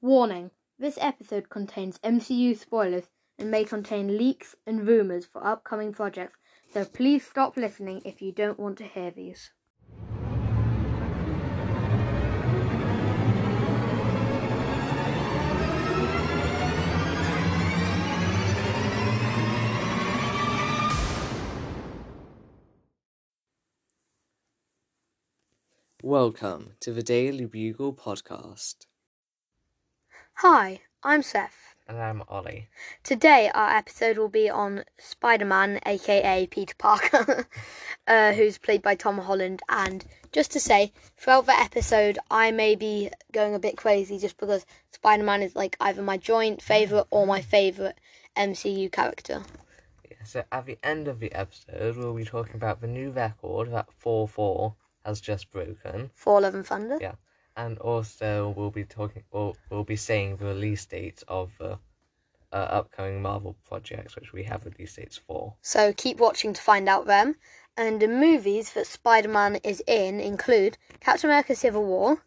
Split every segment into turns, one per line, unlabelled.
Warning! This episode contains MCU spoilers and may contain leaks and rumors for upcoming projects, so please stop listening if you don't want to hear these.
Welcome to the Daily Bugle podcast.
Hi, I'm Seth.
And I'm Ollie.
Today, our episode will be on Spider Man, aka Peter Parker, uh, who's played by Tom Holland. And just to say, throughout the episode, I may be going a bit crazy just because Spider Man is like either my joint favourite or my favourite MCU character.
Yeah, So at the end of the episode, we'll be talking about the new record that 4 4 has just broken,
For Love and Thunder?
Yeah. and also we'll be talking, we'll, we'll be saying the release dates of the uh, upcoming Marvel projects, which we have release dates for.
So keep watching to find out them. And the movies that Spider Man is in include Captain America Civil War,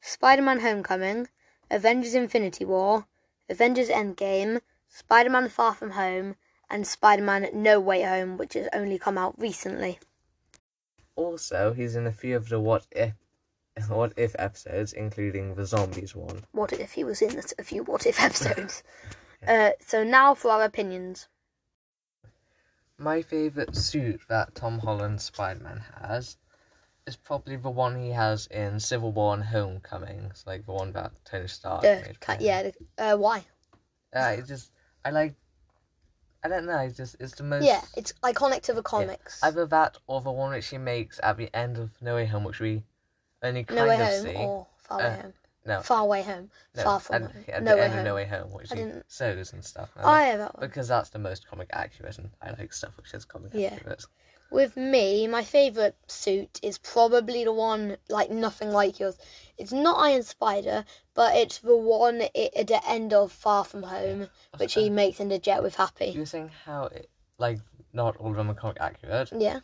Spider Man Homecoming, Avengers Infinity War, Avengers Endgame, Spider Man Far From Home, and Spider Man No Way Home, which has only come out recently.
Also, he's in a few of the What If, what if episodes, including the Zombies one.
What if he was in a few What If episodes? uh, so now for our opinions.
My favourite suit that Tom Holland's Spider Man has is probably the one he has in Civil War and Homecoming, so, like the one that Tony Stark
The,
made. for
ca-
him.
yeah, the, uh, why?
Uh, it just I like I don't know, it's just it's the most
Yeah, it's iconic to the comics.
either that or the one that she makes at the end of No Way Home which we only kind
no Way
of
Home
see.
or Far Way
Uh,
Home.
no.
Far Way Home.
no,
Far from
at,
Home.
at
no
the
way
end
home.
of No Way Home which
I
she
didn't-
sews and stuff. and I
Oh
like-
yeah, that one.
Because that's the most comic accurate and I like stuff which is comic
Yeah.
accurate.
With me, my favourite suit is probably the one like nothing like yours. It's not Iron Spider, but it's the one i at the end of Far From Home, which he makes in the jet with
You
Happy.
were saying how it like not all of them are comic accurate.
Yeah,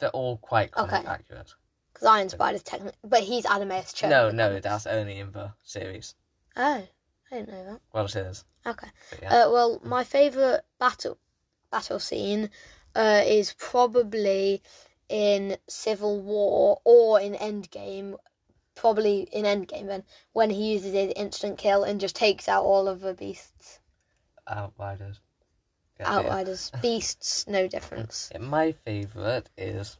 They're all quite comic
Mm. Okay.
accurate.
because Iron Spider's technically, but he's Animeus Cho.
no, no, that's only in the series.
Oh, I didn't know that.
Well, it is.
Okay.
But yeah.
Uh, well, my favourite battle battle scene uh, is probably in Civil War or in Endgame. Probably in Endgame then, when he uses his instant kill and just takes out all of the beasts,
Outriders. Yeah, yeah.
outriders, beasts, no difference.
Yeah, my favourite is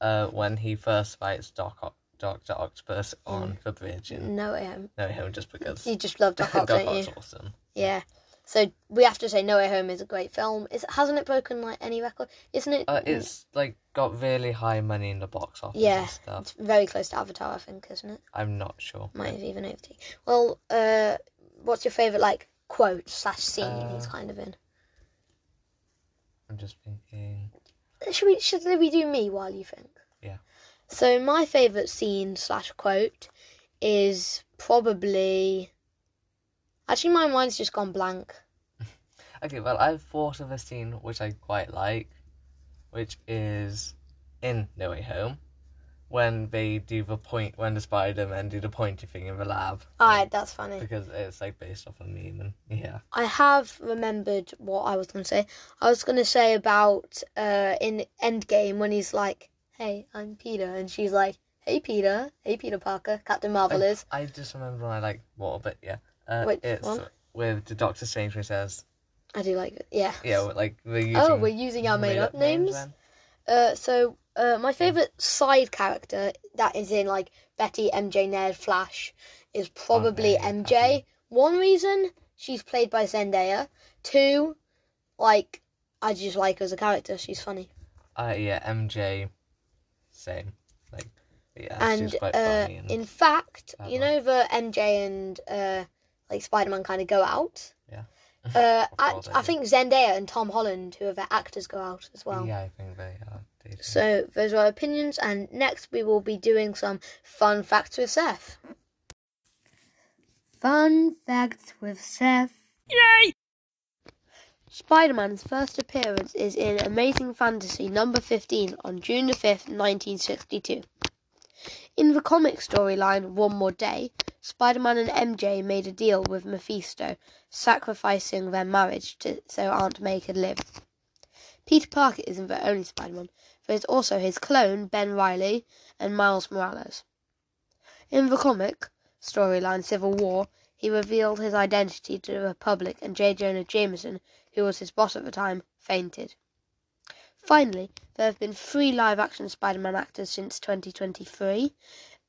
uh, when he first fights Doc Oc- Doctor Octopus on the bridge in
No Way Home.
No Way Home, just because
Mm. You just love Doc Ock,
Doc
don't you?
Ock's awesome.
Yeah. So we have to say No Way Home is a great film. Is hasn't it broken like any record? Isn't it?
Uh, it's like got really high money in the box office
Yeah.
and stuff.
it's very close to Avatar, I think, isn't it?
I'm not sure.
might have even over to you. Well, uh, what's your favourite like quote slash scene he's
Uh,
kind of in?
I'm just thinking.
Should we should we do me while you think?
Yeah.
So my favourite scene slash quote is probably actually my mind's just gone blank.
Okay, well, I've thought of a scene which I quite like, which is in No Way Home, when they do the point, when the Spider Man do the pointy thing in the lab.
Alright, that's funny.
Because it's like based off a meme, and yeah.
I have remembered what I was gonna say. I was gonna say about uh in Endgame when he's like, Hey, I'm Peter and she's like, Hey Peter, hey Peter Parker, Captain Marvel
I-
is
I just remember when I like water, but yeah. Uh,
Wait,
it's
what?
with the Doctor Strange when he says,
I do like it. Yeah.
yeah, like we're using
Oh, we're using our made-up
made-up
names.
then.
Uh, so uh, my favorite side character that is in like Betty, MJ, Ned, Flash is probably
Aren't
MJ.
they happy?
One reason she's played by Zendaya. Two, like I just like her as a character. She's funny.
Uh, yeah, MJ, same. Like, yeah,
and
she's quite
uh,
funny. And,
in fact,
that
you
one.
know the MJ and uh, like Spider Man kind of go out.
Yeah.
Uh,
Of
I,
course they
I
do.
think Zendaya and Tom Holland, who are the actors, go out as well.
yeah, I think they are dating.
So those are our opinions, and next we will be doing some fun facts with Seth. Fun facts with Seth. Yay! Spider-Man's first appearance is in Amazing Fantasy number 15 on June the 5th, 1962. In the comic storyline One More Day, Spider Man and MJ made a deal with Mephisto, sacrificing their marriage to, so Aunt May could live. Peter Parker isn't the only Spider Man, there's also his clone, Ben Riley, and Miles Morales. In the comic storyline Civil War, he revealed his identity to the public, and J. Jonah Jameson, who was his boss at the time, fainted. Finally, there have been three live action Spider Man actors since 2023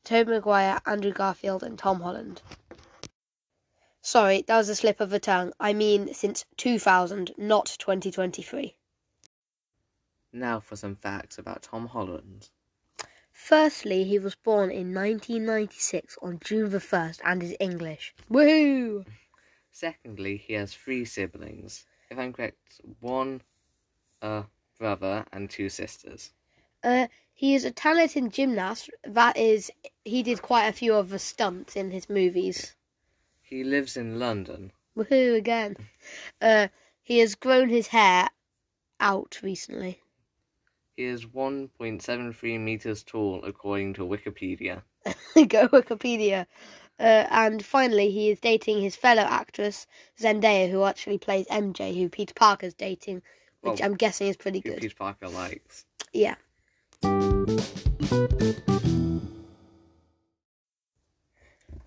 Tobey Maguire, Andrew Garfield, and Tom Holland. Sorry, that was a slip of the tongue. I mean, since 2000, not 2023.
Now for some facts about Tom Holland.
Firstly, he was born in 1996 on June the 1st and is English. Woohoo!
Secondly, he has three siblings. If I'm correct, one uh, brother and two sisters.
Uh, he is a talented gymnast. That is, he did quite a few of the stunts in his movies.
He lives in London.
Woohoo again. Uh, he has grown his hair out recently.
He is 1.73 meters tall, according to Wikipedia.
Go Wikipedia. Uh, and finally, he is dating his fellow actress Zendaya, who actually plays MJ, who Peter Parker's dating, which
Well,
I'm guessing is pretty
Who
good.
Peter Parker likes.
Yeah.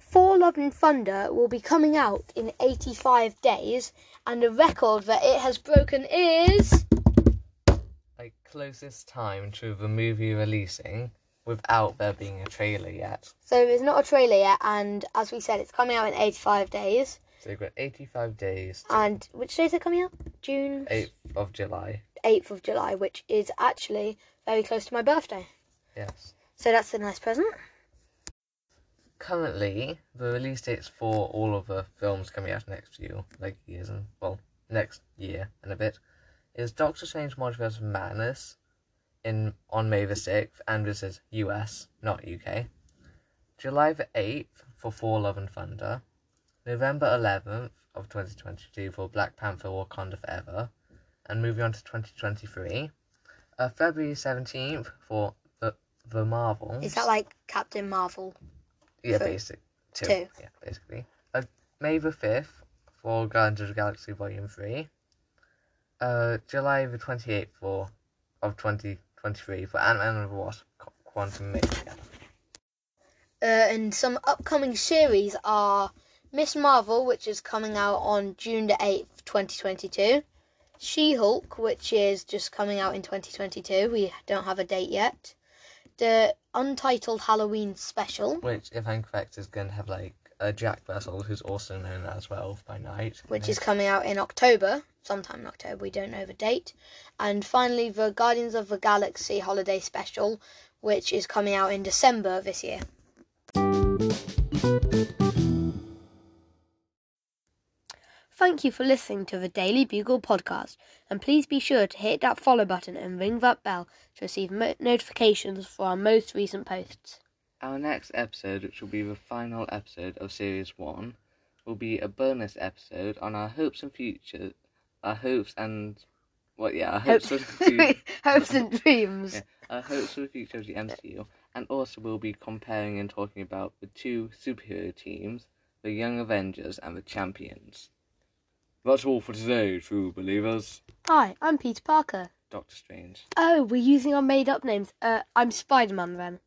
Thor Love and Thunder will be coming out in 85 days, and the record that it has broken is.
Like, closest time to the movie releasing without there being a trailer yet.
So it's not a trailer yet, and as we said, it's coming out in 85 days.
So you've got 85 days to
And which day is it coming out? June
8th of July.
8th of July, which is actually very close to my birthday.
Yes.
So that's a nice present.
Currently, the release dates for all of the films coming out next few, like years and, well, next year and a bit, is Doctor Strange Multiverse of Madness in, on May the 6th, and this is US, not UK. July the 8th for For Love and Thunder. November 11th of 2022 for Black Panther Wakanda Forever. And moving on to 2023. Uh, February 17th for The, the Marvels.
Is that like Captain Marvel?
Yeah,
Two.
basic two.
Two.
Yeah, basically. Uh, May the fifth for Guardians of the Galaxy Volume Three. Uh, July the twenty eighth for of twenty twenty three for Ant Man and the Wasp: Qu- Quantum Mania.
Uh, and some upcoming series are Miss Marvel, which is coming out on June the 8th, 2022. She Hulk, which is just coming out in 2022. We don't have a date yet. The Untitled Halloween Special,
Which, if I'm correct, is going to have like uh, Jack Russell, who's also known as Werewolf by Night.
which is coming out in October, sometime in October, we don't know the date. And finally, the Guardians of the Galaxy Holiday Special, which is coming out in December this year. Thank you for listening to the Daily Bugle podcast, and please be sure to hit that follow button and ring that bell to receive mo- notifications for our most recent posts.
Our next episode, which will be the final episode of Series 1, will be a bonus episode on our hopes and future, our hopes and, well, yeah, our hopes, for the future.
hopes and dreams.
Hmm. Yeah, our hopes for the future of the MCU, and also we'll be comparing and talking about the two superhero teams, the Young Avengers and the Champions. That's all for today, true believers.
Hi, I'm Peter Parker.
Doctor Strange.
Oh, we're using our made up names. Uh, I'm Spider Man then.